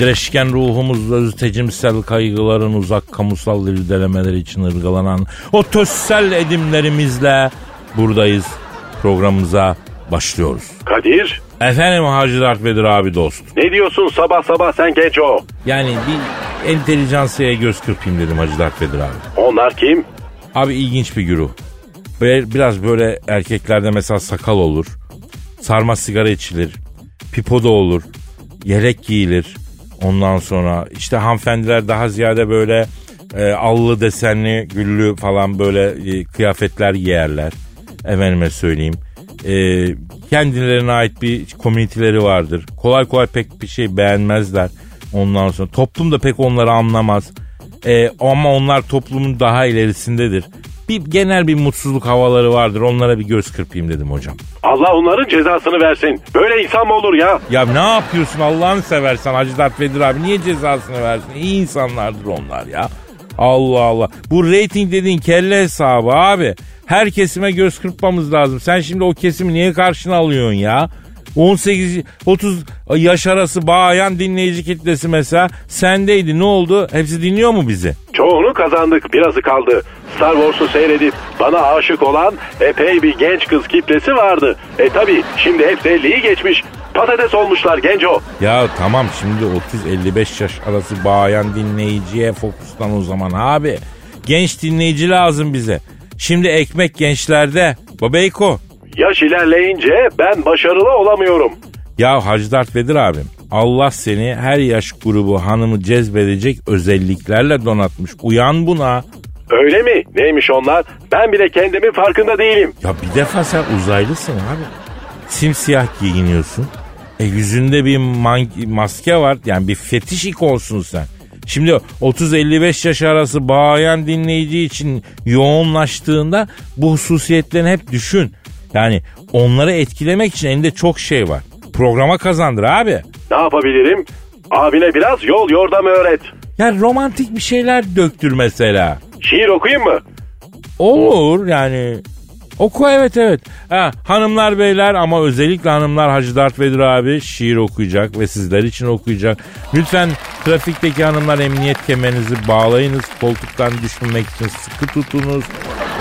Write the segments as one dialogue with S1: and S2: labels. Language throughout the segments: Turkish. S1: Direşken ruhumuzda öztecimsel kaygıların uzak kamusal irdelemeleri için ırgalanan o tözsel edimlerimizle buradayız. Programımıza başlıyoruz.
S2: Kadir
S1: Efendim Hacı Dert Vedir abi dost.
S2: ne diyorsun sabah sabah sen genç o?
S1: Yani bir entelijansiyaya göz kırpayım dedim Hacı Dert Vedir abi.
S2: Onlar kim?
S1: Abi ilginç bir güruh. Böyle, biraz böyle erkeklerde mesela sakal olur. Sarma sigara içilir. Pipo da olur. Yelek giyilir. Ondan sonra işte hanımefendiler daha ziyade böyle e, allı desenli güllü falan böyle e, kıyafetler giyerler. Efendime söyleyeyim. E, kendilerine ait bir komüniteleri vardır. Kolay kolay pek bir şey beğenmezler. Ondan sonra toplum da pek onları anlamaz. Ee, ama onlar toplumun daha ilerisindedir. Bir genel bir mutsuzluk havaları vardır. Onlara bir göz kırpayım dedim hocam.
S2: Allah onların cezasını versin. Böyle insan mı olur ya?
S1: Ya ne yapıyorsun Allah'ını seversen Hacı Dert Vedir abi niye cezasını versin? İyi insanlardır onlar ya. Allah Allah. Bu reyting dediğin kelle hesabı abi. Her kesime göz kırpmamız lazım. Sen şimdi o kesimi niye karşına alıyorsun ya? 18 30 yaş arası bağayan dinleyici kitlesi mesela sendeydi. Ne oldu? Hepsi dinliyor mu bizi?
S2: Çoğunu kazandık, birazı kaldı. Star Wars'u seyredip bana aşık olan epey bir genç kız kitlesi vardı. E tabi şimdi hepsi 50'yi geçmiş. Patates olmuşlar genco.
S1: Ya tamam şimdi 30-55 yaş arası bağayan dinleyiciye fokuslan o zaman abi. Genç dinleyici lazım bize. Şimdi ekmek gençlerde. Babeyko.
S2: Yaş ilerleyince ben başarılı olamıyorum.
S1: Ya Hacı Dert Vedir abim. Allah seni her yaş grubu hanımı cezbedecek özelliklerle donatmış. Uyan buna.
S2: Öyle mi? Neymiş onlar? Ben bile kendimin farkında değilim.
S1: Ya bir defa sen uzaylısın abi. Simsiyah giyiniyorsun. E yüzünde bir man- maske var. Yani bir fetiş ikonsun sen. Şimdi 30-55 yaş arası bağayan dinleyici için yoğunlaştığında bu hususiyetlerini hep düşün. Yani onları etkilemek için elinde çok şey var. Programa kazandır abi.
S2: Ne yapabilirim? Abine biraz yol yordam öğret.
S1: Yani romantik bir şeyler döktür mesela.
S2: Şiir okuyayım mı?
S1: Olur yani. Oku evet evet. Ha, hanımlar beyler ama özellikle hanımlar Hacı Dert Vedir abi şiir okuyacak ve sizler için okuyacak. Lütfen trafikteki hanımlar emniyet kemerinizi bağlayınız. Koltuktan düşmemek için sıkı tutunuz.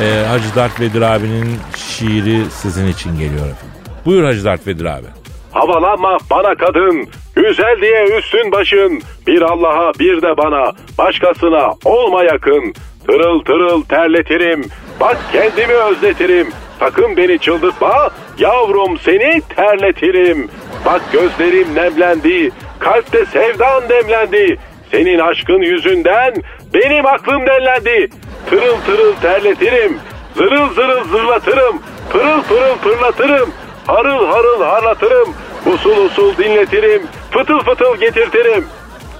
S1: Ee, Hacı Dert Vedir abinin şiiri sizin için geliyor efendim. Buyur Hacı Dert Vedir abi.
S2: Havalanma bana kadın. Güzel diye üstün başın. Bir Allah'a bir de bana. Başkasına olma yakın. Tırıl tırıl terletirim. Bak kendimi özletirim. Sakın beni çıldırtma. Yavrum seni terletirim. Bak gözlerim nemlendi. Kalpte sevdan demlendi. Senin aşkın yüzünden benim aklım dellendi. Tırıl tırıl terletirim. Zırıl zırıl zırlatırım. Pırıl pırıl pırlatırım. Harıl harıl harlatırım. Usul usul dinletirim. Fıtıl fıtıl getirtirim.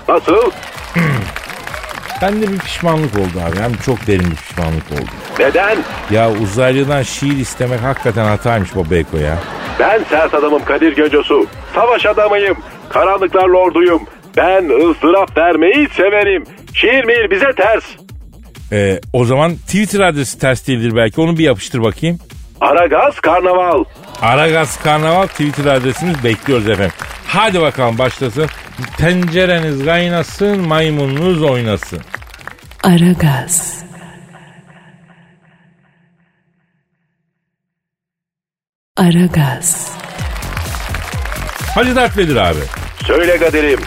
S2: Nasıl?
S1: Bende bir pişmanlık oldu abi. Hem çok derin bir pişmanlık oldu.
S2: Neden?
S1: Ya uzaylıdan şiir istemek hakikaten hataymış Bobeko ya.
S2: Ben sert adamım Kadir Göcosu. Savaş adamıyım. Karanlıklar lorduyum. Ben ızdırap vermeyi severim. Şiir mihir bize ters.
S1: Ee, o zaman Twitter adresi ters değildir belki. Onu bir yapıştır bakayım.
S2: Aragaz Karnaval.
S1: Aragaz Karnaval Twitter adresimiz bekliyoruz efendim. Hadi bakalım başlasın. Tencereniz kaynasın, maymununuz oynasın.
S3: Aragaz, Aragaz,
S1: Hacı Dert Vedir abi.
S2: Söyle kaderim.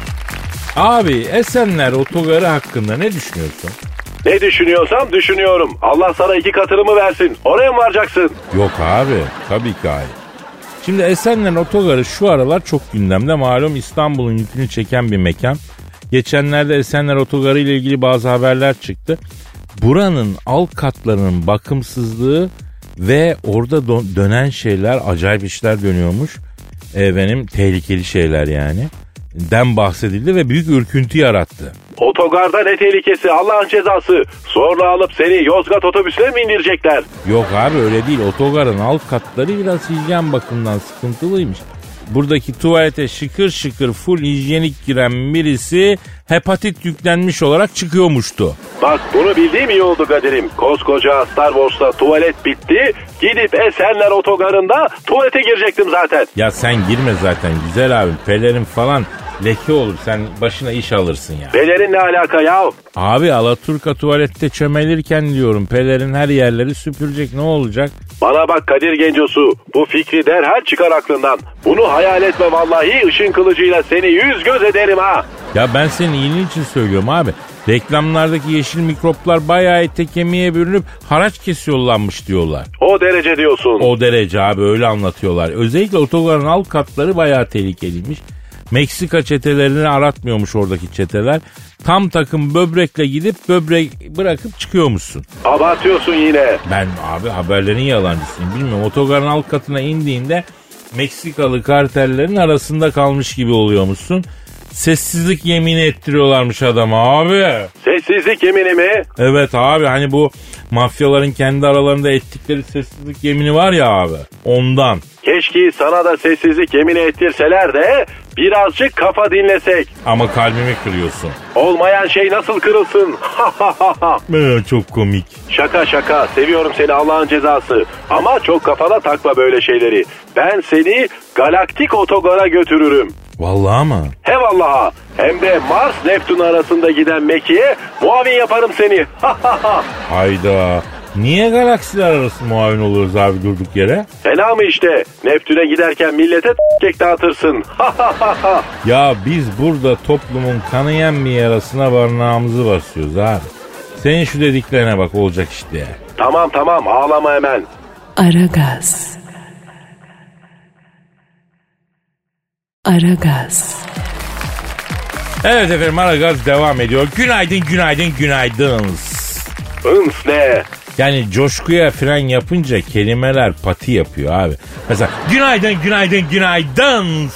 S1: Abi Esenler otogarı hakkında ne düşünüyorsun?
S2: Ne düşünüyorsam düşünüyorum. Allah sana iki katını mı versin? Oraya mı varacaksın?
S1: Yok abi tabii ki hayır. Şimdi Esenler otogarı şu aralar çok gündemde. Malum İstanbul'un yükünü çeken bir mekan. Geçenlerde Esenler otogarı ile ilgili bazı haberler çıktı. Buranın alt katlarının bakımsızlığı ve orada dö- dönen şeyler acayip işler dönüyormuş. Efendim tehlikeli şeyler yani. Den bahsedildi ve büyük ürküntü yarattı.
S2: Otogarda ne tehlikesi Allah'ın cezası. Sonra alıp seni Yozgat otobüsüne mi indirecekler?
S1: Yok abi öyle değil. Otogarın alt katları biraz hijyen bakımından sıkıntılıymış. Buradaki tuvalete şıkır şıkır full hijyenik giren birisi hepatit yüklenmiş olarak çıkıyormuştu.
S2: Bak bunu bildiğim iyi oldu kaderim. Koskoca Star Wars'ta tuvalet bitti. Gidip Esenler otogarında tuvalete girecektim zaten.
S1: Ya sen girme zaten güzel abim. Pelerin falan leke olur. Sen başına iş alırsın ya.
S2: Belerin ne alaka ya?
S1: Abi Alaturka tuvalette çömelirken diyorum pelerin her yerleri süpürecek ne olacak?
S2: Bana bak Kadir Gencosu. Bu fikri derhal çıkar aklından. Bunu hayal etme vallahi ışın kılıcıyla seni yüz göz ederim ha.
S1: Ya ben senin iyiliğin için söylüyorum abi. Reklamlardaki yeşil mikroplar bayağı ete kemiğe bürünüp haraç kesiyorlanmış diyorlar.
S2: O derece diyorsun.
S1: O derece abi öyle anlatıyorlar. Özellikle otogarın alt katları bayağı tehlikeliymiş. Meksika çetelerini aratmıyormuş oradaki çeteler. Tam takım böbrekle gidip böbrek bırakıp çıkıyormuşsun.
S2: Abartıyorsun yine.
S1: Ben abi haberlerin yalancısıyım bilmiyorum. Otogarın alt katına indiğinde Meksikalı kartellerin arasında kalmış gibi oluyormuşsun. Sessizlik yemini ettiriyorlarmış adama abi.
S2: Sessizlik yemini mi?
S1: Evet abi hani bu mafyaların kendi aralarında ettikleri sessizlik yemini var ya abi. Ondan.
S2: Keşke sana da sessizlik yemini ettirseler de birazcık kafa dinlesek.
S1: Ama kalbimi kırıyorsun.
S2: Olmayan şey nasıl kırılsın?
S1: Ee, çok komik.
S2: şaka şaka seviyorum seni Allah'ın cezası. Ama çok kafana takma böyle şeyleri. Ben seni galaktik otogara götürürüm.
S1: Vallahi ama.
S2: Hem Allah'a hem de Mars Neptün arasında giden Meki'ye muavin yaparım seni.
S1: Hayda. Niye galaksiler arası muavin oluyoruz abi durduk yere?
S2: Fena mı işte? Neptün'e giderken millete kek dağıtırsın.
S1: Ya biz burada toplumun kanayan bir yarasına barnağımızı basıyoruz abi. Senin şu dediklerine bak olacak işte.
S2: tamam tamam ağlama hemen.
S4: Aragaz. Aragaz.
S1: Evet efendim Aragaz devam ediyor. Günaydın günaydın günaydın.
S2: Hıns ne?
S1: Yani coşkuya fren yapınca kelimeler pati yapıyor abi. Mesela günaydın günaydın günaydın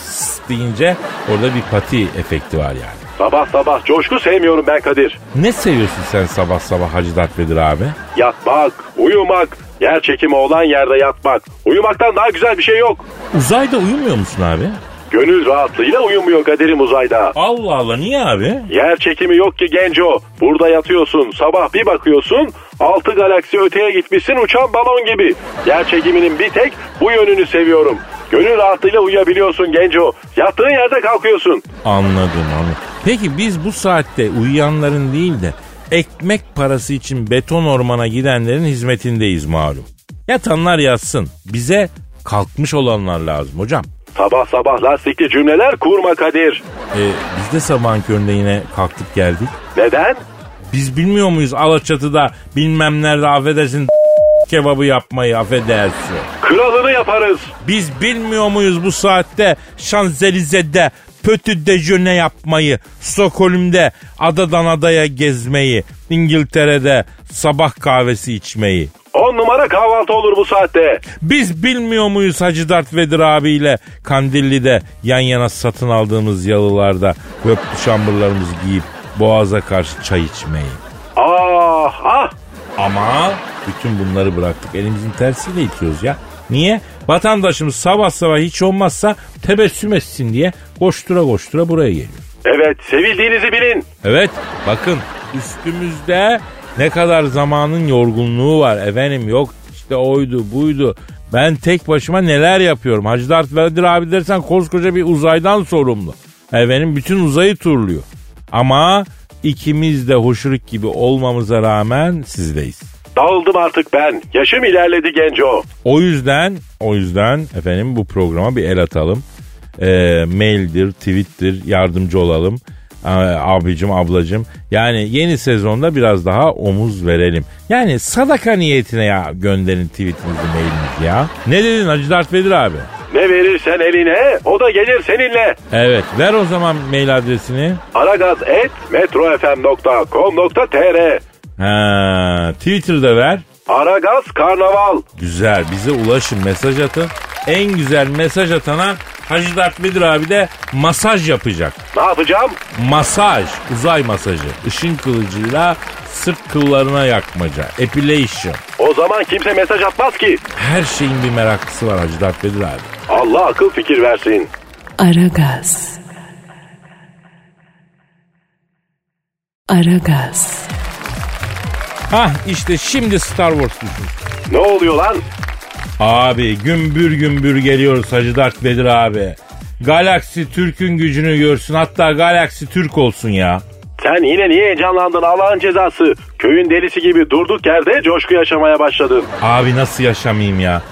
S1: deyince orada bir pati efekti var yani.
S2: Sabah sabah coşku sevmiyorum ben Kadir.
S1: Ne seviyorsun sen sabah sabah Hacı Dert Vedir abi?
S2: Yatmak, uyumak, yer çekimi olan yerde yatmak. Uyumaktan daha güzel bir şey yok.
S1: Uzayda uyumuyor musun abi?
S2: Gönül rahatlığıyla uyumuyor Kadir'im uzayda.
S1: Allah Allah niye abi?
S2: Yer çekimi yok ki genco. Burada yatıyorsun, sabah bir bakıyorsun, altı galaksi öteye gitmişsin uçan balon gibi. Yer çekiminin bir tek bu yönünü seviyorum. Gönül rahatlığıyla uyuyabiliyorsun genco. Yattığın yerde kalkıyorsun.
S1: Anladım anladım. Peki biz bu saatte uyuyanların değil de ekmek parası için beton ormana gidenlerin hizmetindeyiz malum. Yatanlar yatsın. Bize kalkmış olanlar lazım hocam.
S2: Sabah sabah lastikli cümleler kurma Kadir.
S1: Ee, biz de sabahın köründe yine kalktık geldik.
S2: Neden?
S1: Biz bilmiyor muyuz Alaçatı'da bilmem nerede affedersin kebabı yapmayı affedersin.
S2: Kralını yaparız.
S1: Biz bilmiyor muyuz bu saatte Şanzelize'de pötü dejöne yapmayı, Stockholm'de adadan adaya gezmeyi, İngiltere'de sabah kahvesi içmeyi.
S2: On numara kahvaltı olur bu saatte.
S1: Biz bilmiyor muyuz Hacı Dert Vedir abiyle Kandilli'de yan yana satın aldığımız yalılarda höplü şambırlarımızı giyip boğaza karşı çay içmeyi.
S2: Ah ah
S1: Ama bütün bunları bıraktık. Elimizin tersiyle itiyoruz ya. Niye? Vatandaşımız sabah sabah hiç olmazsa tebessüm etsin diye koştura koştura buraya geliyor.
S2: Evet sevildiğinizi bilin.
S1: Evet bakın üstümüzde ne kadar zamanın yorgunluğu var. Efendim yok işte oydu buydu. Ben tek başıma neler yapıyorum. Hacı Dert Vedir abi dersen koskoca bir uzaydan sorumlu. Efendim bütün uzayı turluyor. Ama ikimiz de hoşuruk gibi olmamıza rağmen sizdeyiz.
S2: Dağıldım artık ben. Yaşım ilerledi genco.
S1: O yüzden o yüzden efendim bu programa bir el atalım. e, maildir, tweettir yardımcı olalım. E, abicim, ablacım. Yani yeni sezonda biraz daha omuz verelim. Yani sadaka niyetine ya gönderin tweetinizi, mailinizi ya. Ne dedin Hacı Dert Vedir abi?
S2: Ne verirsen eline o da gelir seninle.
S1: Evet ver o zaman mail adresini.
S2: Aragaz et metrofm.com.tr
S1: Ha, Twitter'da ver.
S2: Aragaz Karnaval.
S1: Güzel bize ulaşın mesaj atın. En güzel mesaj atana Hacı Dert Vedir abi de masaj yapacak.
S2: Ne yapacağım?
S1: Masaj, uzay masajı. Işın kılıcıyla sırt kıllarına yakmaca. Epilation.
S2: O zaman kimse mesaj atmaz ki.
S1: Her şeyin bir meraklısı var Hacı Dert Vedir abi.
S2: Allah akıl fikir versin.
S4: Aragaz. Aragaz.
S1: Hah işte şimdi Star Wars düşün.
S2: Ne oluyor lan?
S1: Abi gümbür gümbür geliyoruz Hacı Dert Vedir abi. Galaksi Türk'ün gücünü görsün hatta Galaksi Türk olsun ya.
S2: Sen yine niye heyecanlandın Allah'ın cezası? Köyün delisi gibi durduk yerde coşku yaşamaya başladın.
S1: Abi nasıl yaşamayayım ya?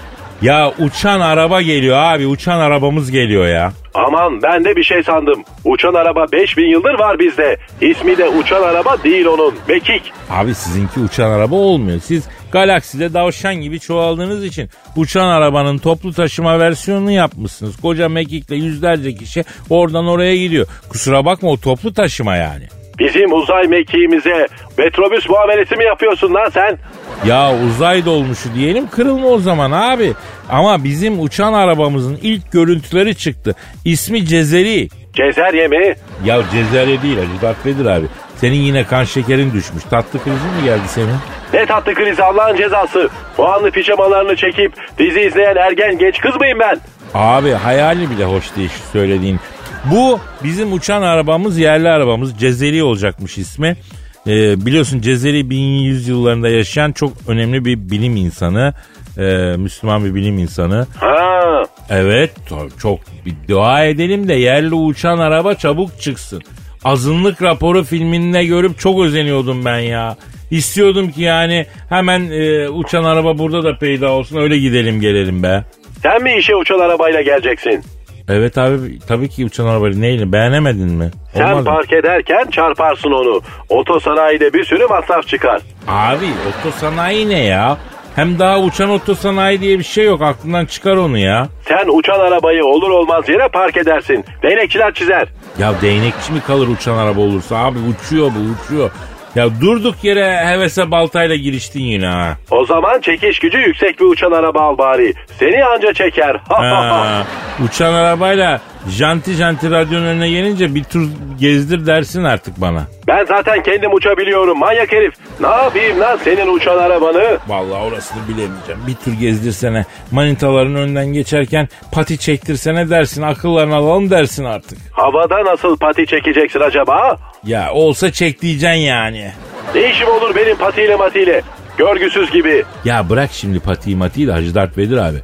S1: Ya uçan araba geliyor abi uçan arabamız geliyor ya.
S2: Aman ben de bir şey sandım. Uçan araba 5000 yıldır var bizde. İsmi de uçan araba değil onun. Mekik.
S1: Abi sizinki uçan araba olmuyor. Siz galakside davşan gibi çoğaldığınız için uçan arabanın toplu taşıma versiyonunu yapmışsınız. Koca mekikle yüzlerce kişi oradan oraya gidiyor. Kusura bakma o toplu taşıma yani.
S2: Bizim uzay mekiğimize metrobüs muamelesi mi yapıyorsun lan sen?
S1: Ya uzay dolmuşu diyelim kırılma o zaman abi. Ama bizim uçan arabamızın ilk görüntüleri çıktı. İsmi Cezeri.
S2: Cezerye mi?
S1: Ya Cezeri değil Hacı Dert Vedir abi. Senin yine kan şekerin düşmüş. Tatlı krizi mi geldi senin?
S2: Ne tatlı kriz Allah'ın cezası. Bu anlı pijamalarını çekip dizi izleyen ergen genç kız mıyım ben?
S1: Abi hayali bile hoş değil şu söylediğin. Bu bizim uçan arabamız yerli arabamız Cezeri olacakmış ismi. Ee, biliyorsun Cezeri 1100 yıllarında yaşayan çok önemli bir bilim insanı. Ee, Müslüman bir bilim insanı.
S2: Ha,
S1: Evet to- çok bir dua edelim de yerli uçan araba çabuk çıksın. Azınlık raporu filminde görüp çok özeniyordum ben ya. İstiyordum ki yani hemen e, uçan araba burada da peyda olsun öyle gidelim gelelim be.
S2: sen mi işe uçan arabayla geleceksin?
S1: Evet abi tabii ki uçan arabayı neyle beğenemedin mi?
S2: Sen
S1: Olmaz mı?
S2: park ederken çarparsın onu. Otosanayide bir sürü masraf çıkar.
S1: Abi otosanayi ne ya? Hem daha uçan otosanayi diye bir şey yok aklından çıkar onu ya.
S2: Sen uçan arabayı olur olmaz yere park edersin. Değnekçiler çizer.
S1: Ya değnekçi mi kalır uçan araba olursa abi uçuyor bu uçuyor. Ya durduk yere hevese baltayla giriştin yine ha.
S2: O zaman çekiş gücü yüksek bir uçan araba al bari. Seni anca çeker. Ha, ha, ha.
S1: Ha, uçan arabayla janti janti radyonun önüne gelince bir tur gezdir dersin artık bana.
S2: Ben zaten kendim uçabiliyorum manyak herif. Ne yapayım lan senin uçan arabanı?
S1: Vallahi orasını bilemeyeceğim. Bir tur gezdirsene manitaların önünden geçerken pati çektirsene dersin akıllarını alalım dersin artık.
S2: Havada nasıl pati çekeceksin acaba?
S1: Ya olsa çek diyeceksin yani.
S2: Ne işim olur benim patiyle matiyle? Görgüsüz gibi.
S1: Ya bırak şimdi patiyi matiyi de Hacı Dert Vedir abi.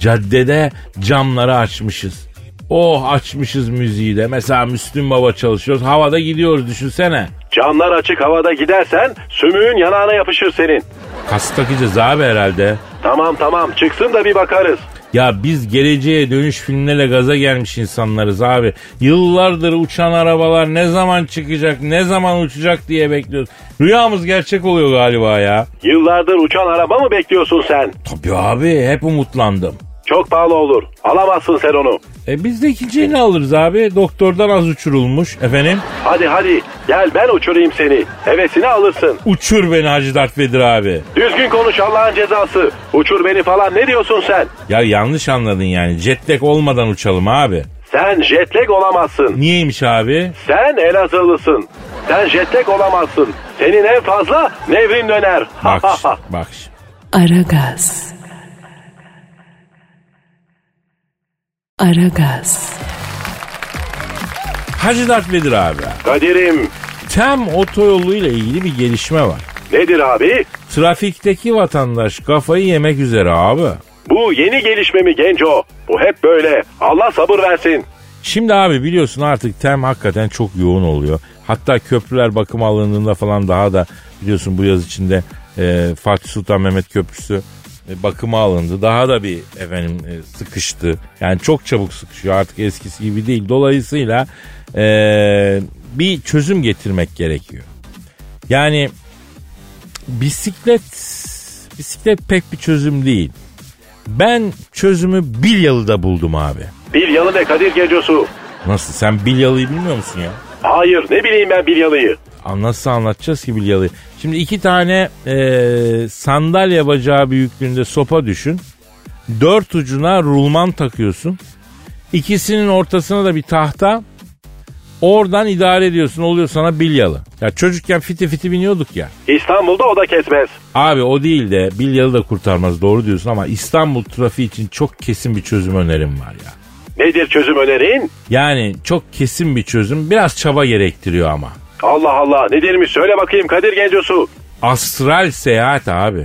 S1: Caddede camları açmışız. Oh açmışız müziği de. Mesela Müslüm Baba çalışıyoruz. Havada gidiyoruz düşünsene.
S2: Camlar açık havada gidersen sümüğün yanağına yapışır senin.
S1: Kas takacağız abi herhalde.
S2: Tamam tamam çıksın da bir bakarız.
S1: Ya biz geleceğe dönüş filmlerle gaza gelmiş insanlarız abi. Yıllardır uçan arabalar ne zaman çıkacak, ne zaman uçacak diye bekliyoruz. Rüyamız gerçek oluyor galiba ya.
S2: Yıllardır uçan araba mı bekliyorsun sen?
S1: Tabii abi hep umutlandım.
S2: Çok pahalı olur. Alamazsın sen onu.
S1: E biz de ikinciyi ne alırız abi? Doktordan az uçurulmuş. Efendim?
S2: Hadi hadi gel ben uçurayım seni. Hevesini alırsın.
S1: Uçur beni Hacı Dert Vedir abi.
S2: Düzgün konuş Allah'ın cezası. Uçur beni falan ne diyorsun sen?
S1: Ya yanlış anladın yani. Jetlag olmadan uçalım abi.
S2: Sen jetlag olamazsın.
S1: Niyeymiş abi?
S2: Sen Elazığlısın. Sen jetlag olamazsın. Senin en fazla nevrin döner.
S1: Bak şimdi, bak şimdi.
S4: Aragaz. Aragaz.
S1: Hacı Dert Vedir abi.
S2: Kadir'im
S1: Tem otoyoluyla ilgili bir gelişme var.
S2: nedir abi?
S1: Trafikteki vatandaş kafayı yemek üzere abi.
S2: Bu yeni gelişme mi genco? Bu hep böyle. Allah sabır versin.
S1: Şimdi abi biliyorsun artık tem hakikaten çok yoğun oluyor. Hatta köprüler bakım alındığında falan daha da biliyorsun bu yaz içinde e, Fatih Sultan Mehmet Köprüsü e, bakıma alındı. Daha da bir efendim e, sıkıştı. Yani çok çabuk sıkışıyor artık eskisi gibi değil. Dolayısıyla e, bir çözüm getirmek gerekiyor. Yani bisiklet bisiklet pek bir çözüm değil. Ben çözümü Bilyalı'da buldum abi.
S2: Bilyalı ne Kadir Gecosu?
S1: Nasıl sen Bilyalı'yı bilmiyor musun ya?
S2: Hayır ne bileyim ben Bilyalı'yı.
S1: Aa, Nasıl anlatacağız ki Bilyalı'yı? Şimdi iki tane e, sandalye bacağı büyüklüğünde sopa düşün. Dört ucuna rulman takıyorsun. İkisinin ortasına da bir tahta. Oradan idare ediyorsun oluyor sana Bilyalı. Ya çocukken fiti fiti biniyorduk ya.
S2: İstanbul'da o da kesmez.
S1: Abi o değil de Bilyalı da kurtarmaz doğru diyorsun ama İstanbul trafiği için çok kesin bir çözüm önerim var ya.
S2: Nedir çözüm önerin?
S1: Yani çok kesin bir çözüm biraz çaba gerektiriyor ama.
S2: Allah Allah nedirmiş söyle bakayım Kadir Gencosu.
S1: Astral seyahat abi.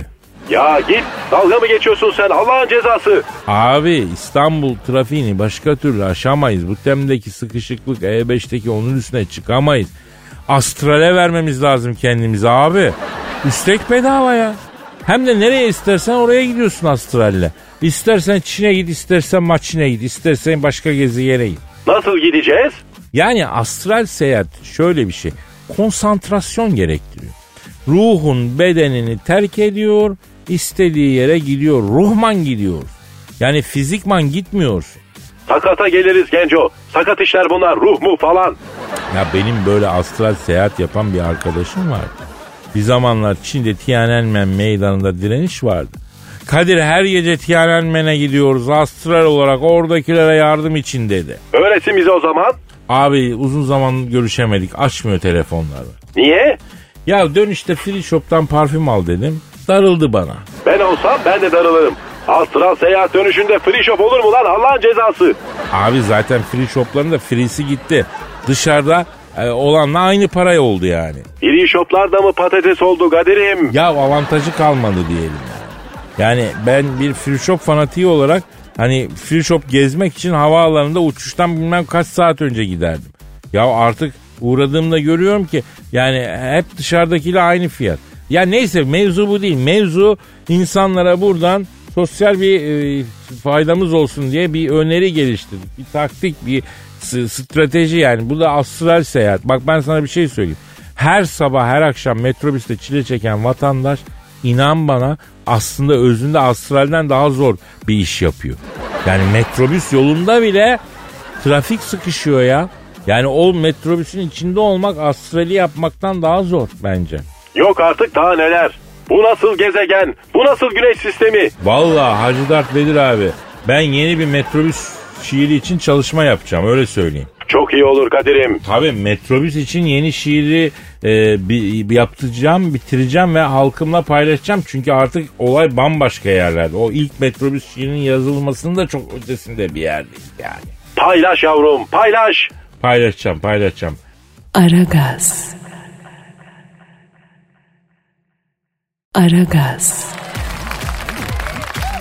S2: Ya git dalga mı geçiyorsun sen Allah'ın cezası.
S1: Abi İstanbul trafiğini başka türlü aşamayız. Bu temdeki sıkışıklık E5'teki onun üstüne çıkamayız. Astrale vermemiz lazım kendimizi abi. Üstek bedava ya. Hem de nereye istersen oraya gidiyorsun astralle. İstersen Çin'e git, istersen Maçin'e git, istersen başka gezi yere git.
S2: Nasıl gideceğiz?
S1: Yani astral seyahat şöyle bir şey. Konsantrasyon gerektiriyor. Ruhun bedenini terk ediyor, istediği yere gidiyor. Ruhman gidiyor. Yani fizikman gitmiyorsun.
S2: Sakata geliriz Genco. Sakat işler bunlar ruh mu falan.
S1: Ya benim böyle astral seyahat yapan bir arkadaşım var. Bir zamanlar Çin'de Tiananmen meydanında direniş vardı. Kadir her gece Tiananmen'e gidiyoruz astral olarak oradakilere yardım için dedi.
S2: Öğretsin bize o zaman.
S1: Abi uzun zaman görüşemedik açmıyor telefonları.
S2: Niye?
S1: Ya dönüşte free shop'tan parfüm al dedim. Darıldı bana.
S2: Ben olsam ben de darılırım. Astral seyahat dönüşünde free shop olur mu lan Allah'ın cezası.
S1: Abi zaten free shop'ların da free'si gitti. Dışarıda e, olanla aynı paraya oldu yani.
S2: Free shoplarda mı patates oldu Kadir'im?
S1: Ya avantajı kalmadı diyelim. yani. Yani ben bir free shop fanatiği olarak hani free shop gezmek için havaalanında uçuştan bilmem kaç saat önce giderdim. Ya artık uğradığımda görüyorum ki yani hep dışarıdakiyle aynı fiyat. Ya neyse mevzu bu değil. Mevzu insanlara buradan sosyal bir e, faydamız olsun diye bir öneri geliştirdik. Bir taktik, bir s- strateji yani. Bu da astral seyahat. Bak ben sana bir şey söyleyeyim. Her sabah her akşam metrobüste çile çeken vatandaş inan bana aslında özünde astralden daha zor bir iş yapıyor. Yani metrobüs yolunda bile trafik sıkışıyor ya. Yani o metrobüsün içinde olmak astrali yapmaktan daha zor bence.
S2: Yok artık daha neler. Bu nasıl gezegen? Bu nasıl güneş sistemi?
S1: Vallahi Hacı Dert Vedir abi ben yeni bir metrobüs şiiri için çalışma yapacağım öyle söyleyeyim.
S2: Çok iyi olur Kadir'im.
S1: Tabii metrobüs için yeni şiiri e, bi- yaptıracağım, bitireceğim ve halkımla paylaşacağım. Çünkü artık olay bambaşka yerlerde. O ilk metrobüs şiirinin yazılmasının da çok ötesinde bir yerdeyiz yani.
S2: Paylaş yavrum paylaş.
S1: Paylaşacağım, paylaşacağım.
S4: Aragaz. Aragaz.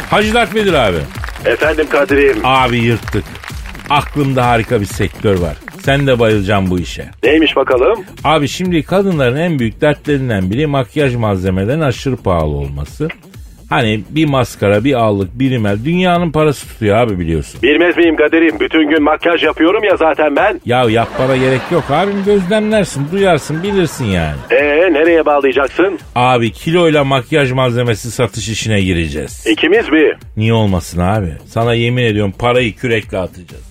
S1: Hacı Dert Vedir abi.
S2: Efendim Kadir'im.
S1: Abi yırttık. Aklımda harika bir sektör var. Sen de bayılacaksın bu işe.
S2: Neymiş bakalım?
S1: Abi şimdi kadınların en büyük dertlerinden biri makyaj malzemelerinin aşırı pahalı olması. Hani bir maskara, bir allık, bir rimel dünyanın parası tutuyor abi biliyorsun.
S2: Bilmez miyim Kadir'im? Bütün gün makyaj yapıyorum ya zaten ben.
S1: Ya yapmana gerek yok abim gözlemlersin, duyarsın, bilirsin yani.
S2: Ee nereye bağlayacaksın?
S1: Abi kiloyla makyaj malzemesi satış işine gireceğiz.
S2: İkimiz mi?
S1: Niye olmasın abi? Sana yemin ediyorum parayı kürekle atacağız.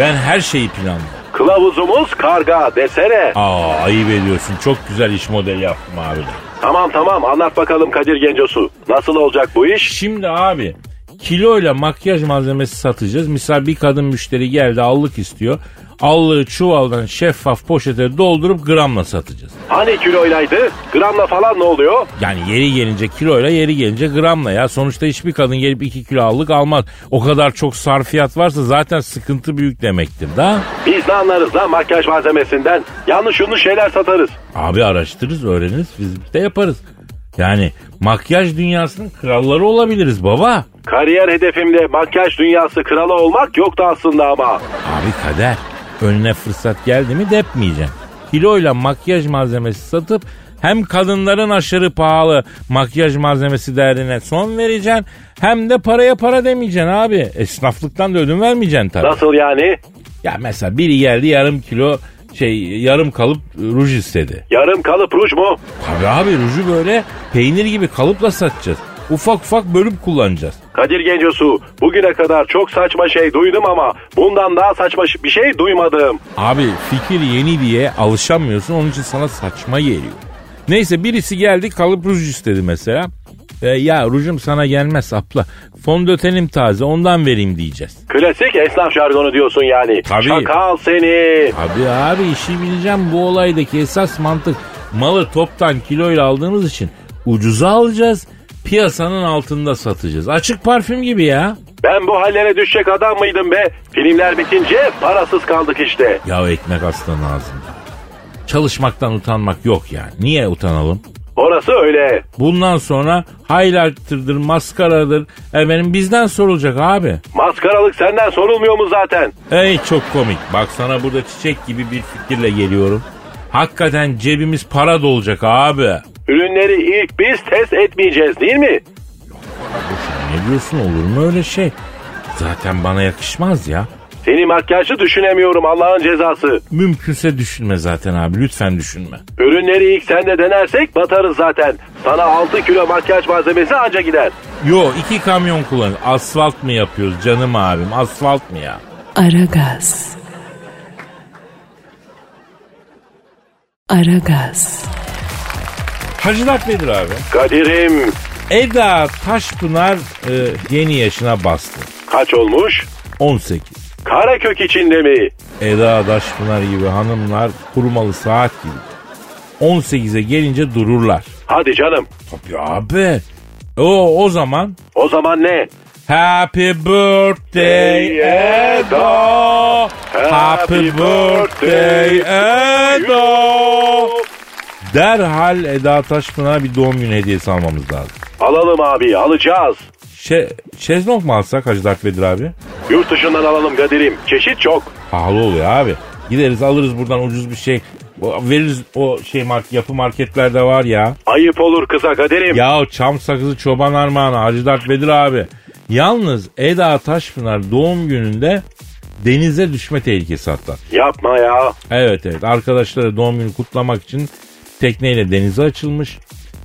S1: Ben her şeyi planladım.
S2: Kılavuzumuz karga desene.
S1: Aa ayıp ediyorsun. Çok güzel iş modeli yaptım abi. de.
S2: Tamam tamam anlat bakalım Kadir Gencosu. Nasıl olacak bu iş?
S1: Şimdi abi kiloyla makyaj malzemesi satacağız. Misal bir kadın müşteri geldi allık istiyor. Allığı çuvaldan şeffaf poşete doldurup gramla satacağız.
S2: Hani kiloylaydı? Gramla falan ne oluyor?
S1: Yani yeri gelince kiloyla yeri gelince gramla ya. Sonuçta hiçbir kadın gelip 2 kilo allık almaz. O kadar çok sarfiyat varsa zaten sıkıntı büyük demektir da.
S2: Biz ne anlarız lan makyaj malzemesinden? Yanlış yanlış şeyler satarız.
S1: Abi araştırırız öğreniriz biz de yaparız. Yani makyaj dünyasının kralları olabiliriz baba.
S2: Kariyer hedefimde makyaj dünyası kralı olmak yoktu aslında ama.
S1: Abi kader. Önüne fırsat geldi mi depmeyeceksin. Kiloyla makyaj malzemesi satıp Hem kadınların aşırı pahalı makyaj malzemesi derdine son vereceksin. Hem de paraya para demeyeceksin abi. Esnaflıktan da ödün vermeyeceksin tabii.
S2: Nasıl yani?
S1: Ya mesela biri geldi yarım kilo şey yarım kalıp ruj istedi.
S2: Yarım kalıp ruj mu?
S1: Tabii abi ruju böyle peynir gibi kalıpla satacağız. Ufak ufak bölüp kullanacağız.
S2: Kadir Gencosu bugüne kadar çok saçma şey duydum ama bundan daha saçma ş- bir şey duymadım.
S1: Abi fikir yeni diye alışamıyorsun onun için sana saçma geliyor. Neyse birisi geldi kalıp ruj istedi mesela. E, ya rujum sana gelmez abla. Fondötenim taze ondan vereyim diyeceğiz.
S2: Klasik esnaf jargonu diyorsun yani.
S1: Tabii.
S2: Şakal seni.
S1: Abi abi işi bileceğim bu olaydaki esas mantık malı toptan kiloyla aldığımız için ucuza alacağız piyasanın altında satacağız. Açık parfüm gibi ya.
S2: Ben bu hallere düşecek adam mıydım be? Filmler bitince parasız kaldık işte.
S1: Ya ekmek aslanın ağzında. Çalışmaktan utanmak yok yani. Niye utanalım?
S2: Orası öyle.
S1: Bundan sonra highlighter'dır, maskaradır. Efendim bizden sorulacak abi.
S2: Maskaralık senden sorulmuyor mu zaten?
S1: Ey çok komik. Bak sana burada çiçek gibi bir fikirle geliyorum. Hakikaten cebimiz para dolacak abi.
S2: Ürünleri ilk biz test etmeyeceğiz değil mi?
S1: Ne diyorsun olur mu öyle şey? Zaten bana yakışmaz ya.
S2: Seni makyajlı düşünemiyorum Allah'ın cezası.
S1: Mümkünse düşünme zaten abi lütfen düşünme.
S2: Ürünleri ilk sende denersek batarız zaten. Sana 6 kilo makyaj malzemesi anca gider.
S1: Yo iki kamyon kullan. Asfalt mı yapıyoruz canım abim asfalt mı ya?
S4: Aragaz. Aragaz.
S1: Hacı Dert nedir abi?
S2: Kadir'im
S1: Eda Taşpınar e, yeni yaşına bastı.
S2: kaç olmuş?
S1: 18.
S2: Karakök içinde mi?
S1: Eda Taşpınar gibi hanımlar kurmalı saat gibi. 18'e gelince dururlar.
S2: Hadi canım.
S1: Tabii abi. O, o zaman
S2: O zaman ne?
S1: Happy birthday Eda. Happy birthday Eda. Derhal Eda Taşpınar'a bir doğum günü hediyesi almamız lazım.
S2: Alalım abi alacağız.
S1: Şe şezlong mu alsak Hacı Dert Vedir abi?
S2: Yurt dışından alalım Kadir'im. Çeşit çok.
S1: Pahalı oluyor abi. Gideriz alırız buradan ucuz bir şey. O- Veririz o şey mark yapı marketlerde var ya.
S2: Ayıp olur kıza Kadir'im.
S1: Ya çam sakızı çoban armağanı Hacı Dert Vedir abi. Yalnız Eda Taşpınar doğum gününde denize düşme tehlikesi hatta.
S2: Yapma ya.
S1: Evet evet arkadaşları doğum günü kutlamak için tekneyle denize açılmış.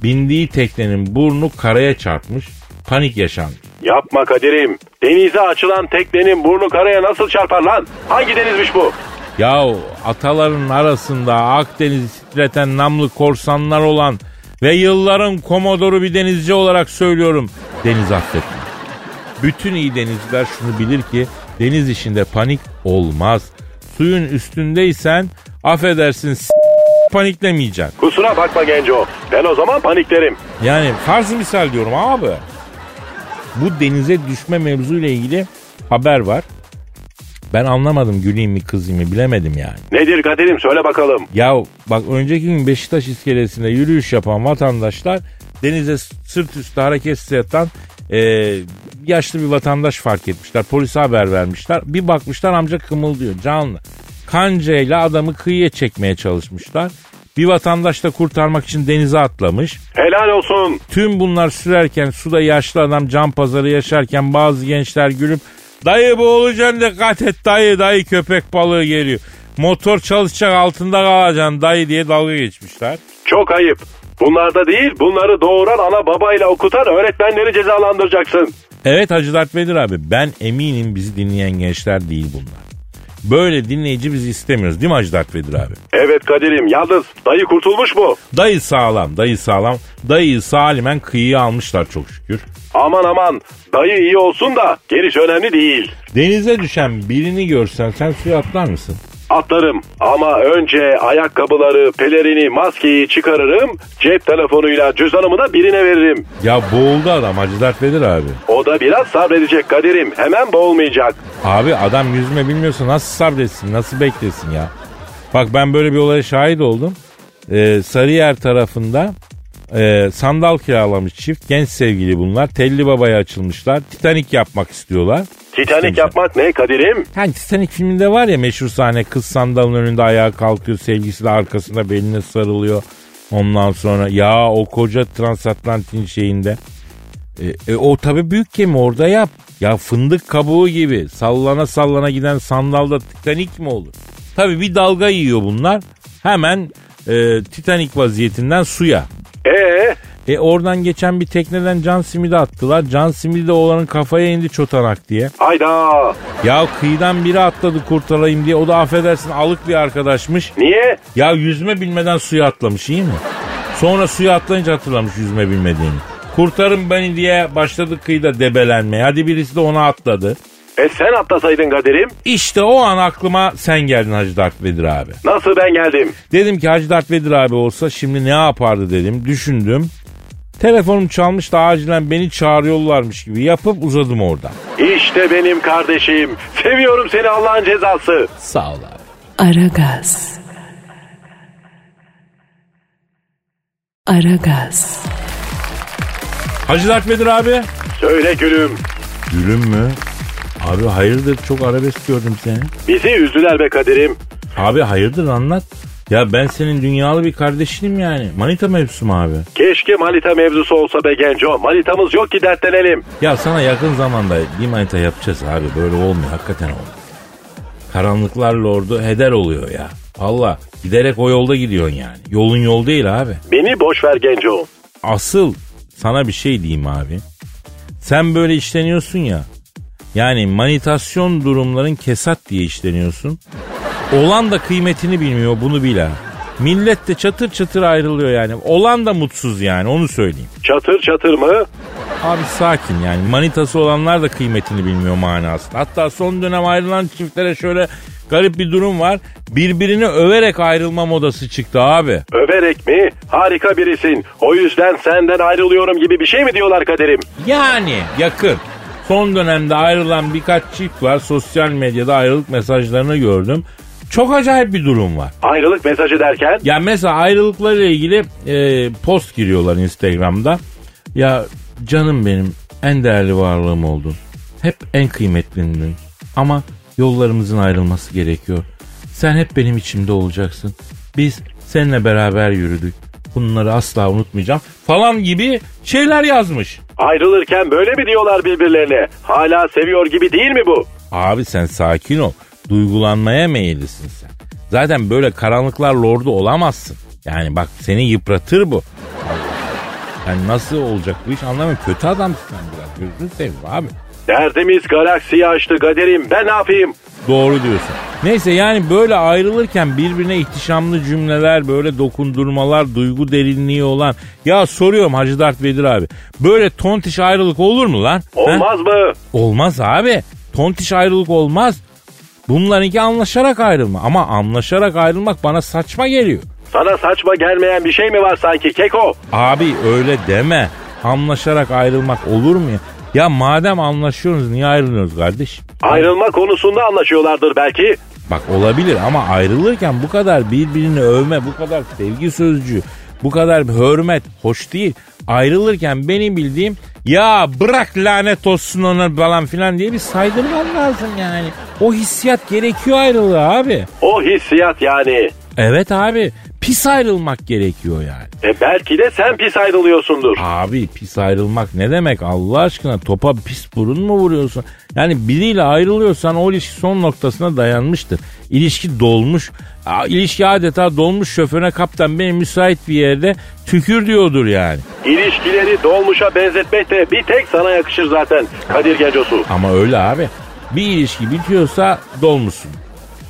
S1: Bindiği teknenin burnu karaya çarpmış. Panik yaşanmış.
S2: Yapma Kadir'im. Denize açılan teknenin burnu karaya nasıl çarpar lan? Hangi denizmiş bu?
S1: Yahu ataların arasında Akdeniz'i titreten namlı korsanlar olan ve yılların komodoru bir denizci olarak söylüyorum. Deniz affetmez. Bütün iyi denizciler şunu bilir ki deniz işinde panik olmaz. Suyun üstündeysen affedersin s- paniklemeyeceksin.
S2: Kusura bakma Genco. Ben o zaman paniklerim.
S1: Yani farz misal diyorum abi. Bu denize düşme mevzuyla ilgili haber var. Ben anlamadım güleyim mi kızayım mı bilemedim yani.
S2: Nedir Kadir'im söyle bakalım.
S1: Ya bak önceki gün Beşiktaş iskelesinde yürüyüş yapan vatandaşlar denize sırt üstü hareketsiz yatan e, yaşlı bir vatandaş fark etmişler. Polise haber vermişler. Bir bakmışlar amca kımıldıyor canlı. Kancayla adamı kıyıya çekmeye çalışmışlar. Bir vatandaş da kurtarmak için denize atlamış.
S2: Helal olsun.
S1: Tüm bunlar sürerken suda yaşlı adam can pazarı yaşarken bazı gençler gülüp dayı boğulacaksın dikkat et dayı dayı köpek balığı geliyor. Motor çalışacak altında kalacaksın dayı diye dalga geçmişler.
S2: Çok ayıp. Bunlarda değil bunları doğuran ana babayla okutan öğretmenleri cezalandıracaksın.
S1: Evet Hacı Dert Vedir abi ben eminim bizi dinleyen gençler değil bunlar. Böyle dinleyici bizi istemiyoruz değil mi Hacı Dert Vedir abi?
S2: Evet Kadir'im yalnız dayı kurtulmuş mu?
S1: Dayı sağlam dayı sağlam dayıyı salimen kıyıya almışlar çok şükür.
S2: Aman aman dayı iyi olsun da geliş önemli değil.
S1: Denize düşen birini görsen sen suya atlar mısın?
S2: Atlarım ama önce ayakkabıları, pelerini, maskeyi çıkarırım. Cep telefonuyla cüzdanımı da birine veririm.
S1: Ya boğuldu adam Hacı Dert Vedir abi.
S2: O da biraz sabredecek Kadir'im. Hemen boğulmayacak.
S1: Abi adam yüzme bilmiyorsa nasıl sabretsin, nasıl beklesin ya? Bak ben böyle bir olaya şahit oldum. Ee, Sarıyer tarafında e, sandal kiralamış çift. Genç sevgili bunlar. Telli Baba'ya açılmışlar. Titanic yapmak istiyorlar.
S2: Titanik
S1: İstemişler.
S2: yapmak ne Kadir'im?
S1: Yani Titanic filminde var ya meşhur sahne kız sandalın önünde ayağa kalkıyor. Sevgisi de arkasında beline sarılıyor. Ondan sonra ya o koca transatlantin şeyinde. E, e, o tabii büyük gemi orada yap. Ya fındık kabuğu gibi sallana sallana giden sandalda Titanik mi olur? Tabii bir dalga yiyor bunlar. Hemen e, Titanik vaziyetinden suya.
S2: Ee,
S1: E oradan geçen bir tekneden can simidi attılar. Can simidi de oğlanın kafaya indi çotanak diye.
S2: hayda.
S1: Ya kıyıdan biri atladı kurtarayım diye. O da affedersin alık bir arkadaşmış.
S2: Niye?
S1: Ya yüzme bilmeden suya atlamış iyi mi? Sonra suya atlayınca hatırlamış yüzme bilmediğini. Kurtarın beni diye başladı kıyıda debelenmeye. Hadi birisi de ona atladı.
S2: E sen atlasaydın kaderim.
S1: İşte o an aklıma sen geldin Hacı Dert Vedir abi.
S2: Nasıl ben geldim?
S1: Dedim ki Hacı Dert Vedir abi olsa şimdi ne yapardı dedim. Düşündüm. Telefonum çalmış da acilen beni çağırıyorlarmış gibi yapıp uzadım orada.
S2: İşte benim kardeşim. Seviyorum seni Allah'ın cezası.
S1: Sağ ol abi.
S4: Aragaz. Aragaz.
S1: Hacı Dert Vedir abi.
S2: Söyle gülüm.
S1: Gülüm mü? Abi hayırdır çok arabesk gördüm seni.
S2: Bizi üzdüler be kaderim.
S1: Abi hayırdır anlat. Ya ben senin dünyalı bir kardeşinim yani. Manita mevzusu mu abi?
S2: Keşke manita mevzusu olsa be genco. Manitamız yok ki dertlenelim.
S1: Ya sana yakın zamanda bir manita yapacağız abi. Böyle olmuyor hakikaten olmuyor. Karanlıklar lordu heder oluyor ya. Valla giderek o yolda gidiyorsun yani. Yolun yol değil abi.
S2: Beni boş ver genco.
S1: Asıl sana bir şey diyeyim abi. Sen böyle işleniyorsun ya. Yani manitasyon durumların kesat diye işleniyorsun. Olan da kıymetini bilmiyor bunu bile. Millet de çatır çatır ayrılıyor yani. Olan da mutsuz yani onu söyleyeyim.
S2: Çatır çatır mı?
S1: Abi sakin yani manitası olanlar da kıymetini bilmiyor manasında. Hatta son dönem ayrılan çiftlere şöyle garip bir durum var. Birbirini överek ayrılma modası çıktı abi.
S2: Överek mi? Harika birisin. O yüzden senden ayrılıyorum gibi bir şey mi diyorlar kaderim?
S1: Yani yakın. Son dönemde ayrılan birkaç çift var. Sosyal medyada ayrılık mesajlarını gördüm. Çok acayip bir durum var.
S2: Ayrılık mesajı derken?
S1: Ya mesela ayrılıklarla ilgili e, post giriyorlar Instagram'da. Ya canım benim en değerli varlığım oldun. Hep en kıymetlindin. Ama yollarımızın ayrılması gerekiyor. Sen hep benim içimde olacaksın. Biz seninle beraber yürüdük. Bunları asla unutmayacağım falan gibi şeyler yazmış.
S2: Ayrılırken böyle mi diyorlar birbirlerine? Hala seviyor gibi değil mi bu?
S1: Abi sen sakin ol. Duygulanmaya meyillisin sen. Zaten böyle karanlıklar lordu olamazsın. Yani bak seni yıpratır bu. Allah Allah. Yani nasıl olacak bu iş anlamıyorum. Kötü adamsın sen biraz. Gözünü seveyim abi.
S2: Derdimiz galaksiyi açtı kaderim. Ben ne yapayım?
S1: Doğru diyorsun. Neyse yani böyle ayrılırken birbirine ihtişamlı cümleler, böyle dokundurmalar, duygu derinliği olan. Ya soruyorum Hacı Dert Vedir abi. Böyle tontiş ayrılık olur mu lan? He?
S2: Olmaz mı?
S1: Olmaz abi. Tontiş ayrılık olmaz. Bunlarınki anlaşarak ayrılma. Ama anlaşarak ayrılmak bana saçma geliyor.
S2: Sana saçma gelmeyen bir şey mi var sanki Keko?
S1: Abi öyle deme. Anlaşarak ayrılmak olur mu ya? Ya madem anlaşıyorsunuz niye ayrılıyorsunuz kardeşim?
S2: Ayrılma konusunda anlaşıyorlardır belki.
S1: Bak olabilir ama ayrılırken bu kadar birbirini övme, bu kadar sevgi sözcüğü, bu kadar hürmet hoş değil. Ayrılırken benim bildiğim ya bırak lanet olsun ona falan filan diye bir saydırman lazım yani. O hissiyat gerekiyor ayrılığa abi.
S2: O hissiyat yani.
S1: Evet abi pis ayrılmak gerekiyor yani.
S2: E belki de sen pis ayrılıyorsundur.
S1: Abi pis ayrılmak ne demek Allah aşkına topa pis burun mu vuruyorsun? Yani biriyle ayrılıyorsan o ilişki son noktasına dayanmıştır. İlişki dolmuş. Aa, İlişki adeta dolmuş şoföre kaptan beni müsait bir yerde tükür diyordur yani.
S2: İlişkileri dolmuşa benzetmek de bir tek sana yakışır zaten Kadir Gencosu.
S1: Ama öyle abi. Bir ilişki bitiyorsa dolmuşsun.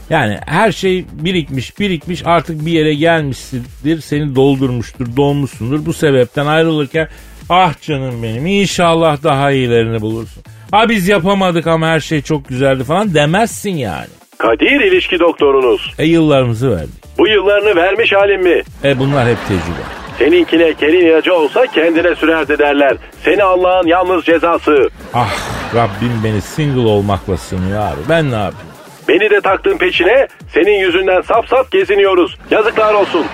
S1: Yani her şey birikmiş birikmiş artık bir yere gelmişsindir seni doldurmuştur dolmuşsundur. Bu sebepten ayrılırken ah canım benim inşallah daha iyilerini bulursun. Ha biz yapamadık ama her şey çok güzeldi falan demezsin yani.
S2: Kadir ilişki doktorunuz.
S1: E yıllarımızı verdik.
S2: Bu yıllarını vermiş halin mi?
S1: E bunlar hep tecrübe.
S2: Seninkine kerin ilacı olsa kendine sürerdi derler. Seni Allah'ın yalnız cezası.
S1: Ah Rabbim beni single olmakla sınıyor abi. Ben ne yapayım?
S2: Beni de taktın peşine senin yüzünden sap sap geziniyoruz. Yazıklar olsun.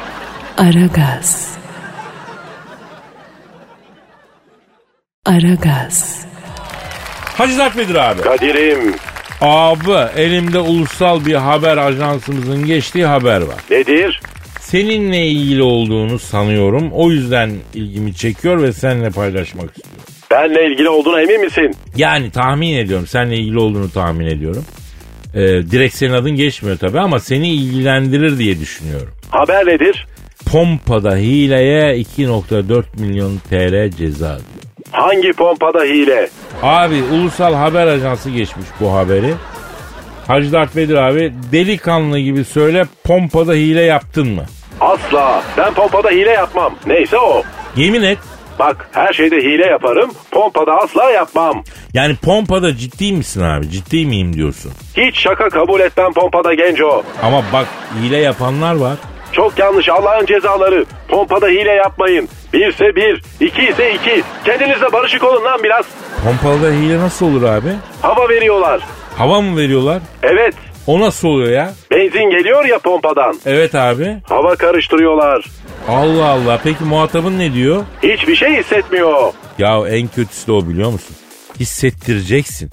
S4: Aragaz. Aragaz.
S1: Hacı Dert Vedir abi.
S2: Kadir'im
S1: Abi elimde ulusal bir haber ajansımızın geçtiği haber var.
S2: nedir?
S1: seninle ilgili olduğunu sanıyorum. O yüzden ilgimi çekiyor ve seninle paylaşmak istiyorum.
S2: Benle ilgili olduğuna emin misin?
S1: Yani tahmin ediyorum. Seninle ilgili olduğunu tahmin ediyorum. Ee, direkt senin adın geçmiyor tabii ama seni ilgilendirir diye düşünüyorum.
S2: Haber nedir?
S1: Pompada hileye 2.4 milyon TL ceza. diyor.
S2: Hangi pompada hile?
S1: Abi ulusal haber ajansı geçmiş bu haberi. Hacı Dert Vedir abi delikanlı gibi söyle pompada hile yaptın mı?
S2: Asla. Ben pompada hile yapmam. Neyse o.
S1: Yemin et.
S2: Bak her şeyde hile yaparım. Pompada asla yapmam.
S1: Yani pompada ciddi misin abi? Ciddi miyim diyorsun.
S2: Hiç şaka kabul etmem pompada genco.
S1: Ama bak hile yapanlar var.
S2: Çok yanlış Allah'ın cezaları. Pompada hile yapmayın. Birse bir, iki ise iki. Kendinizle barışık olun lan biraz.
S1: Pompada hile nasıl olur abi?
S2: Hava veriyorlar.
S1: Hava mı veriyorlar?
S2: Evet,
S1: O nasıl oluyor ya?
S2: benzin geliyor ya pompadan.
S1: Evet abi.
S2: Hava karıştırıyorlar.
S1: Allah Allah. Peki muhatabın ne diyor?
S2: Hiçbir şey hissetmiyor.
S1: Ya en kötüsü de o biliyor musun? Hissettireceksin.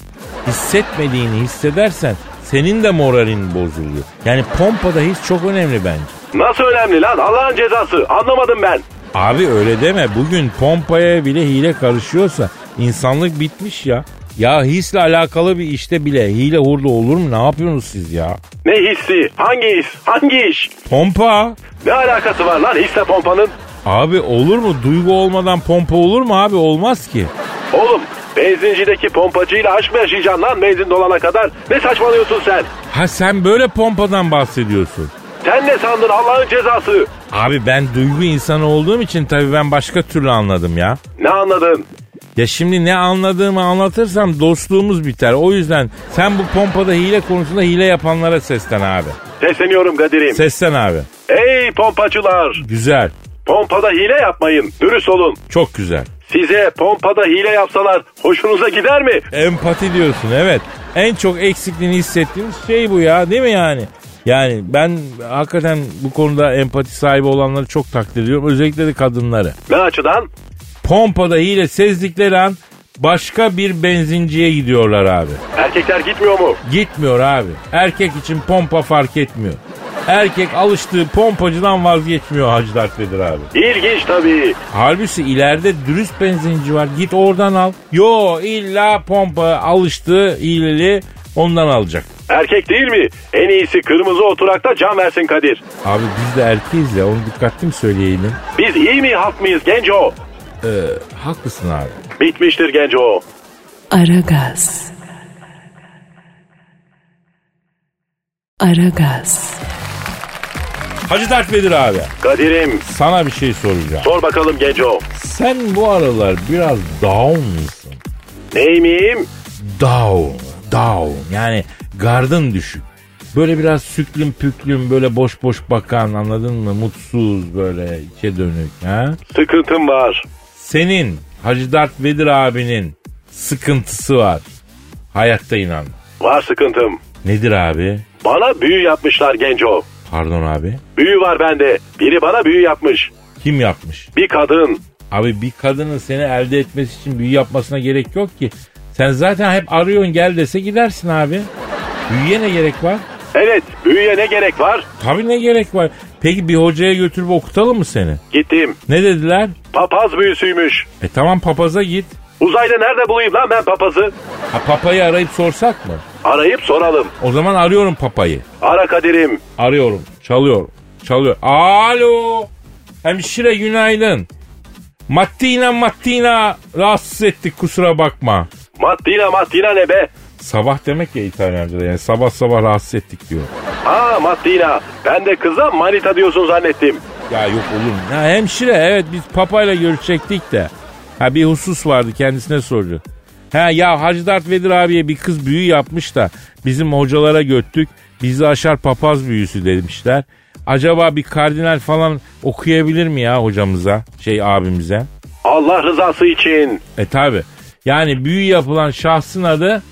S1: Hissetmediğini hissedersen senin de moralin bozuluyor. Yani pompada his çok önemli bence.
S2: Nasıl önemli lan Allah'ın cezası anlamadım ben.
S1: Abi öyle deme. Bugün pompaya bile hile karışıyorsa insanlık bitmiş ya. Ya hisle alakalı bir işte bile hile hurda olur mu? Ne yapıyorsunuz siz ya?
S2: Ne hissi? Hangi his? Hangi iş?
S1: Pompa.
S2: Ne alakası var lan hisle pompanın?
S1: Abi olur mu? Duygu olmadan pompa olur mu abi? Olmaz ki.
S2: Oğlum benzincideki pompacıyla aşk mı yaşayacaksın lan benzin dolana kadar? Ne saçmalıyorsun sen?
S1: Ha sen böyle pompadan bahsediyorsun.
S2: Sen ne sandın Allah'ın cezası?
S1: Abi ben duygu insanı olduğum için tabii ben başka türlü anladım ya.
S2: Ne anladın?
S1: Ya şimdi ne anladığımı anlatırsam dostluğumuz biter. O yüzden sen bu pompada hile konusunda hile yapanlara seslen abi.
S2: Sesleniyorum Kadir'im.
S1: Seslen abi.
S2: Ey pompacılar!
S1: Güzel.
S2: Pompada hile yapmayın. Dürüst olun.
S1: Çok güzel.
S2: Size pompada hile yapsalar hoşunuza gider mi?
S1: Empati diyorsun evet. En çok eksikliğini hissettiğimiz şey bu ya değil mi yani? Yani ben hakikaten bu konuda empati sahibi olanları çok takdir ediyorum. Özellikle de kadınları.
S2: Ne açıdan?
S1: Pompada hile sezdikleri an başka bir benzinciye gidiyorlar abi.
S2: Erkekler gitmiyor mu?
S1: Gitmiyor abi. Erkek için pompa fark etmiyor. Erkek alıştığı pompacıdan vazgeçmiyor Hacı Dert Vedir abi.
S2: İlginç tabii.
S1: Halbuki ileride dürüst benzinci var. Git oradan al. Yo illa pompa alıştığı hileli ondan alacak.
S2: Erkek değil mi? En iyisi kırmızı oturakta can versin Kadir.
S1: Abi biz de erkeğiz ya onu dikkatli mi söyleyelim?
S2: Biz iyi mi halk mıyız Genco?
S1: Ee, haklısın abi.
S2: Bitmiştir Genco.
S4: Aragaz. Aragaz.
S1: Hacı Dert Vedir abi
S2: Kadir'im
S1: sana bir şey soracağım.
S2: sor bakalım Genco.
S1: Sen bu aralar biraz down mısın?
S2: Ney miyim?
S1: Down, down. Yani gardın düşük. Böyle biraz süklüm püklüm böyle boş boş bakan anladın mı? Mutsuz böyle içe dönük. Ha?
S2: Sıkıntım var.
S1: Senin Hacı Dert Vedir abinin sıkıntısı var. Hayatta inan.
S2: Var sıkıntım.
S1: Nedir abi?
S2: Bana büyü yapmışlar Genco.
S1: Pardon abi.
S2: Büyü var bende. Biri bana büyü yapmış.
S1: Kim yapmış?
S2: Bir kadın.
S1: Abi bir kadının seni elde etmesi için büyü yapmasına gerek yok ki. Sen zaten hep arıyorsun gel dese gidersin abi. Büyüye ne gerek var?
S2: Evet büyüye ne gerek var?
S1: Tabii ne gerek var? Peki bir hocaya götürüp okutalım mı seni?
S2: Gittim.
S1: Ne dediler?
S2: Papaz büyüsüymüş.
S1: E tamam papaza git.
S2: Uzayda nerede bulayım lan ben papazı?
S1: Ha, papayı arayıp sorsak mı?
S2: Arayıp soralım.
S1: O zaman arıyorum papayı.
S2: Ara Kadir'im.
S1: Arıyorum. Çalıyorum. Çalıyor. Alo. Hemşire günaydın. Mattina mattina rahatsız ettik kusura bakma.
S2: Mattina Mattina ne be?
S1: Sabah demek ya İtalyanca'da yani sabah sabah rahatsız ettik diyor.
S2: Ha Mattina. Ben de kıza manita diyorsun zannettim.
S1: Ya yok olur mu? Ya hemşire evet biz papayla görüşecektik de. Ha bir husus vardı kendisine sordu. Ha ya Hacı Dert Vedir abiye bir kız büyü yapmış da bizim hocalara göttük. Bizi aşar papaz büyüsü demişler. Acaba bir kardinal falan okuyabilir mi ya hocamıza? Şey abimize.
S2: Allah rızası için.
S1: E tabi. Yani büyü yapılan şahsın adı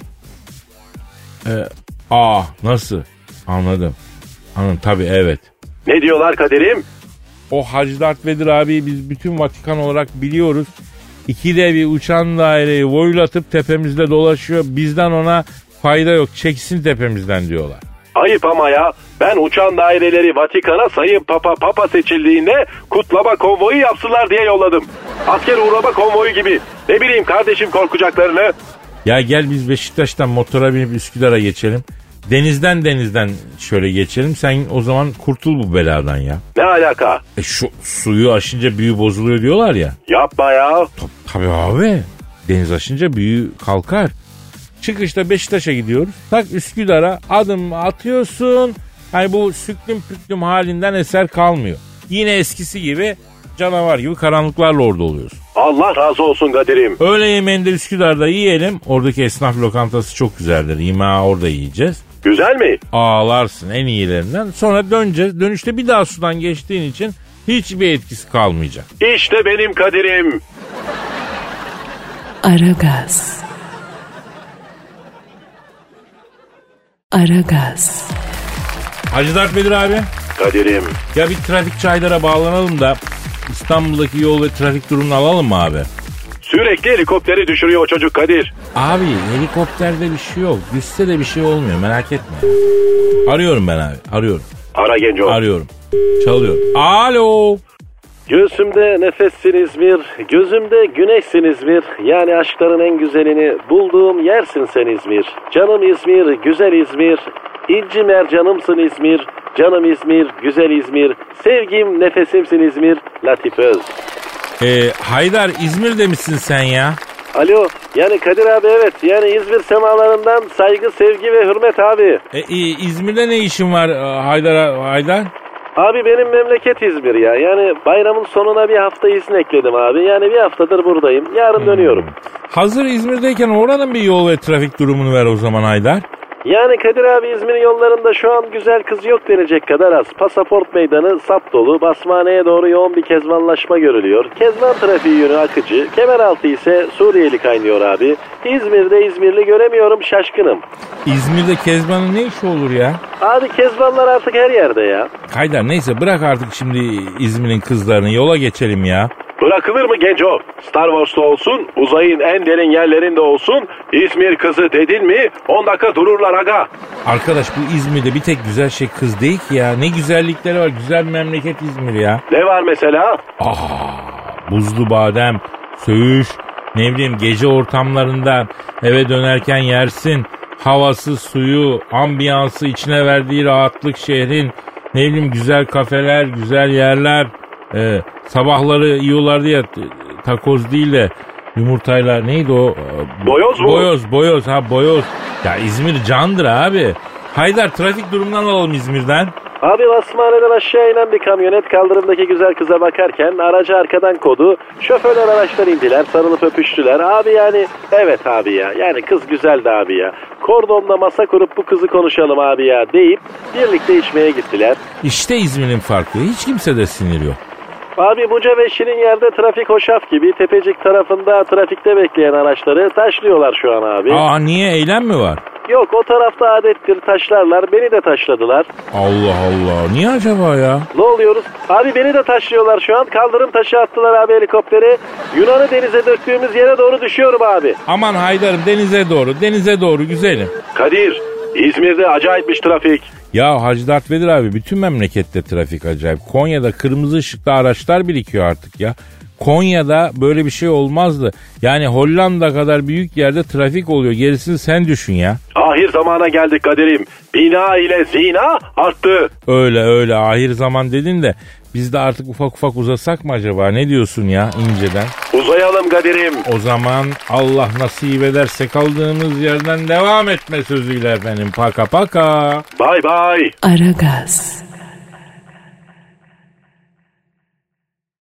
S1: e, A nasıl? Anladım. Anladım tabi evet.
S2: Ne diyorlar Kadir'im?
S1: O Hacı Dert Vedir abiyi biz bütün Vatikan olarak biliyoruz. İkide bir uçan daireyi voylatıp tepemizde dolaşıyor. Bizden ona fayda yok. Çeksin tepemizden diyorlar.
S2: Ayıp ama ya. Ben uçan daireleri Vatikan'a Sayın Papa Papa seçildiğinde kutlama konvoyu yapsınlar diye yolladım. Asker uğrama konvoyu gibi. Ne bileyim kardeşim korkacaklarını.
S1: Ya gel biz Beşiktaş'tan motora binip Üsküdar'a geçelim. Denizden denizden şöyle geçelim. Sen o zaman kurtul bu beladan ya.
S2: Ne alaka?
S1: E şu suyu aşınca büyü bozuluyor diyorlar ya.
S2: Yapma ya.
S1: Tab- Tabii abi. Deniz aşınca büyü kalkar. Çıkışta Beşiktaş'a gidiyoruz. Tak Üsküdar'a adım atıyorsun. Hani bu süklüm püklüm halinden eser kalmıyor. Yine eskisi gibi canavar gibi karanlıklarla orada oluyorsun.
S2: Allah razı olsun Kadir'im.
S1: Öğle yemeğinde Üsküdar'da yiyelim. Oradaki esnaf lokantası çok güzeldir. Yemeği orada yiyeceğiz.
S2: Güzel mi?
S1: Ağlarsın en iyilerinden. Sonra döneceğiz. Dönüşte bir daha sudan geçtiğin için hiçbir etkisi kalmayacak.
S2: İşte benim Kadir'im.
S4: Aragaz. Aragaz.
S1: Hacı Dert Bedir abi.
S2: Kadir'im.
S1: Ya bir trafik çaylara bağlanalım da İstanbul'daki yol ve trafik durumunu alalım mı abi?
S2: Sürekli helikopteri düşürüyor o çocuk Kadir.
S1: Abi helikopterde bir şey yok. Düşse de bir şey olmuyor merak etme. Arıyorum ben abi arıyorum.
S2: Ara Genco.
S1: Arıyorum. Çalıyorum. Alo.
S2: Göğsümde nefessiniz bir, gözümde güneşsiniz bir. Yani aşkların en güzelini bulduğum yersin sen İzmir. Canım İzmir, güzel İzmir. İnci mercanımsın İzmir. Canım İzmir, güzel İzmir. Sevgim, nefesimsin İzmir. Latif Öz.
S1: Ee, Haydar İzmir'de misin sen ya?
S2: Alo, yani Kadir abi evet. Yani İzmir semalarından saygı, sevgi ve hürmet abi.
S1: E, e, İzmir'de ne işin var e, Haydar? Haydar?
S2: Abi benim memleket İzmir ya. Yani bayramın sonuna bir hafta izin ekledim abi. Yani bir haftadır buradayım. Yarın dönüyorum.
S1: Hazır İzmir'deyken oranın bir yol ve trafik durumunu ver o zaman Haydar.
S2: Yani Kadir abi İzmir'in yollarında şu an güzel kız yok denecek kadar az. Pasaport meydanı sap dolu, basmaneye doğru yoğun bir kezbanlaşma görülüyor. Kezban trafiği yönü akıcı, kemeraltı ise Suriyeli kaynıyor abi. İzmir'de İzmirli göremiyorum şaşkınım.
S1: İzmir'de Kezban'ın ne işi olur ya?
S2: Abi kezbanlar artık her yerde ya.
S1: Haydar neyse bırak artık şimdi İzmir'in kızlarını yola geçelim ya.
S2: Bırakılır mı genco? Star Wars'ta olsun, uzayın en derin yerlerinde olsun, İzmir kızı dedin mi 10 dakika dururlar aga.
S1: Arkadaş bu İzmir'de bir tek güzel şey kız değil ki ya. Ne güzellikleri var. Güzel bir memleket İzmir ya.
S2: Ne var mesela?
S1: Ah, Buzlu badem, söğüş, ne bileyim gece ortamlarında eve dönerken yersin. Havası, suyu, ambiyansı içine verdiği rahatlık şehrin. Ne bileyim güzel kafeler, güzel yerler. Ee, sabahları yiyorlardı ya t- takoz değil de yumurtayla neydi o? Ee,
S2: Boyoz mu?
S1: Boyoz, boyoz ha boyoz. Ya İzmir candır abi. Haydar trafik durumundan alalım İzmir'den.
S2: Abi basmaneden aşağı inen bir kamyonet kaldırımdaki güzel kıza bakarken aracı arkadan kodu. Şoförler araçtan indiler sarılıp öpüştüler. Abi yani evet abi ya yani kız güzeldi abi ya. Kordonda masa kurup bu kızı konuşalım abi ya deyip birlikte içmeye gittiler.
S1: İşte İzmir'in farkı. Hiç kimse de sinir yok.
S2: Abi Buca ve Şirin yerde trafik hoşaf gibi tepecik tarafında trafikte bekleyen araçları taşlıyorlar şu an abi.
S1: Aa niye eylem mi var?
S2: Yok o tarafta adettir taşlarlar beni de taşladılar.
S1: Allah Allah. Niye acaba ya?
S2: Ne oluyoruz? Abi beni de taşlıyorlar şu an. Kaldırım taşı attılar abi helikopteri. Yunan'ı denize döktüğümüz yere doğru düşüyorum abi.
S1: Aman Haydar'ım denize doğru, denize doğru güzelim.
S2: Kadir, İzmir'de acayipmiş trafik.
S1: Ya Hacı Dert Vedir abi bütün memlekette trafik acayip. Konya'da kırmızı ışıkta araçlar birikiyor artık ya. Konya'da böyle bir şey olmazdı. Yani Hollanda kadar büyük yerde trafik oluyor. Gerisini sen düşün ya.
S2: Ahir zamana geldik Kadir'im. Bina ile zina arttı.
S1: Öyle öyle ahir zaman dedin de biz de artık ufak ufak uzasak mı acaba? Ne diyorsun ya inceden?
S2: Uzayalım Kadir'im.
S1: O zaman Allah nasip ederse kaldığımız yerden devam etme sözüyle efendim. Paka paka.
S2: Bay bay.
S4: Aragaz.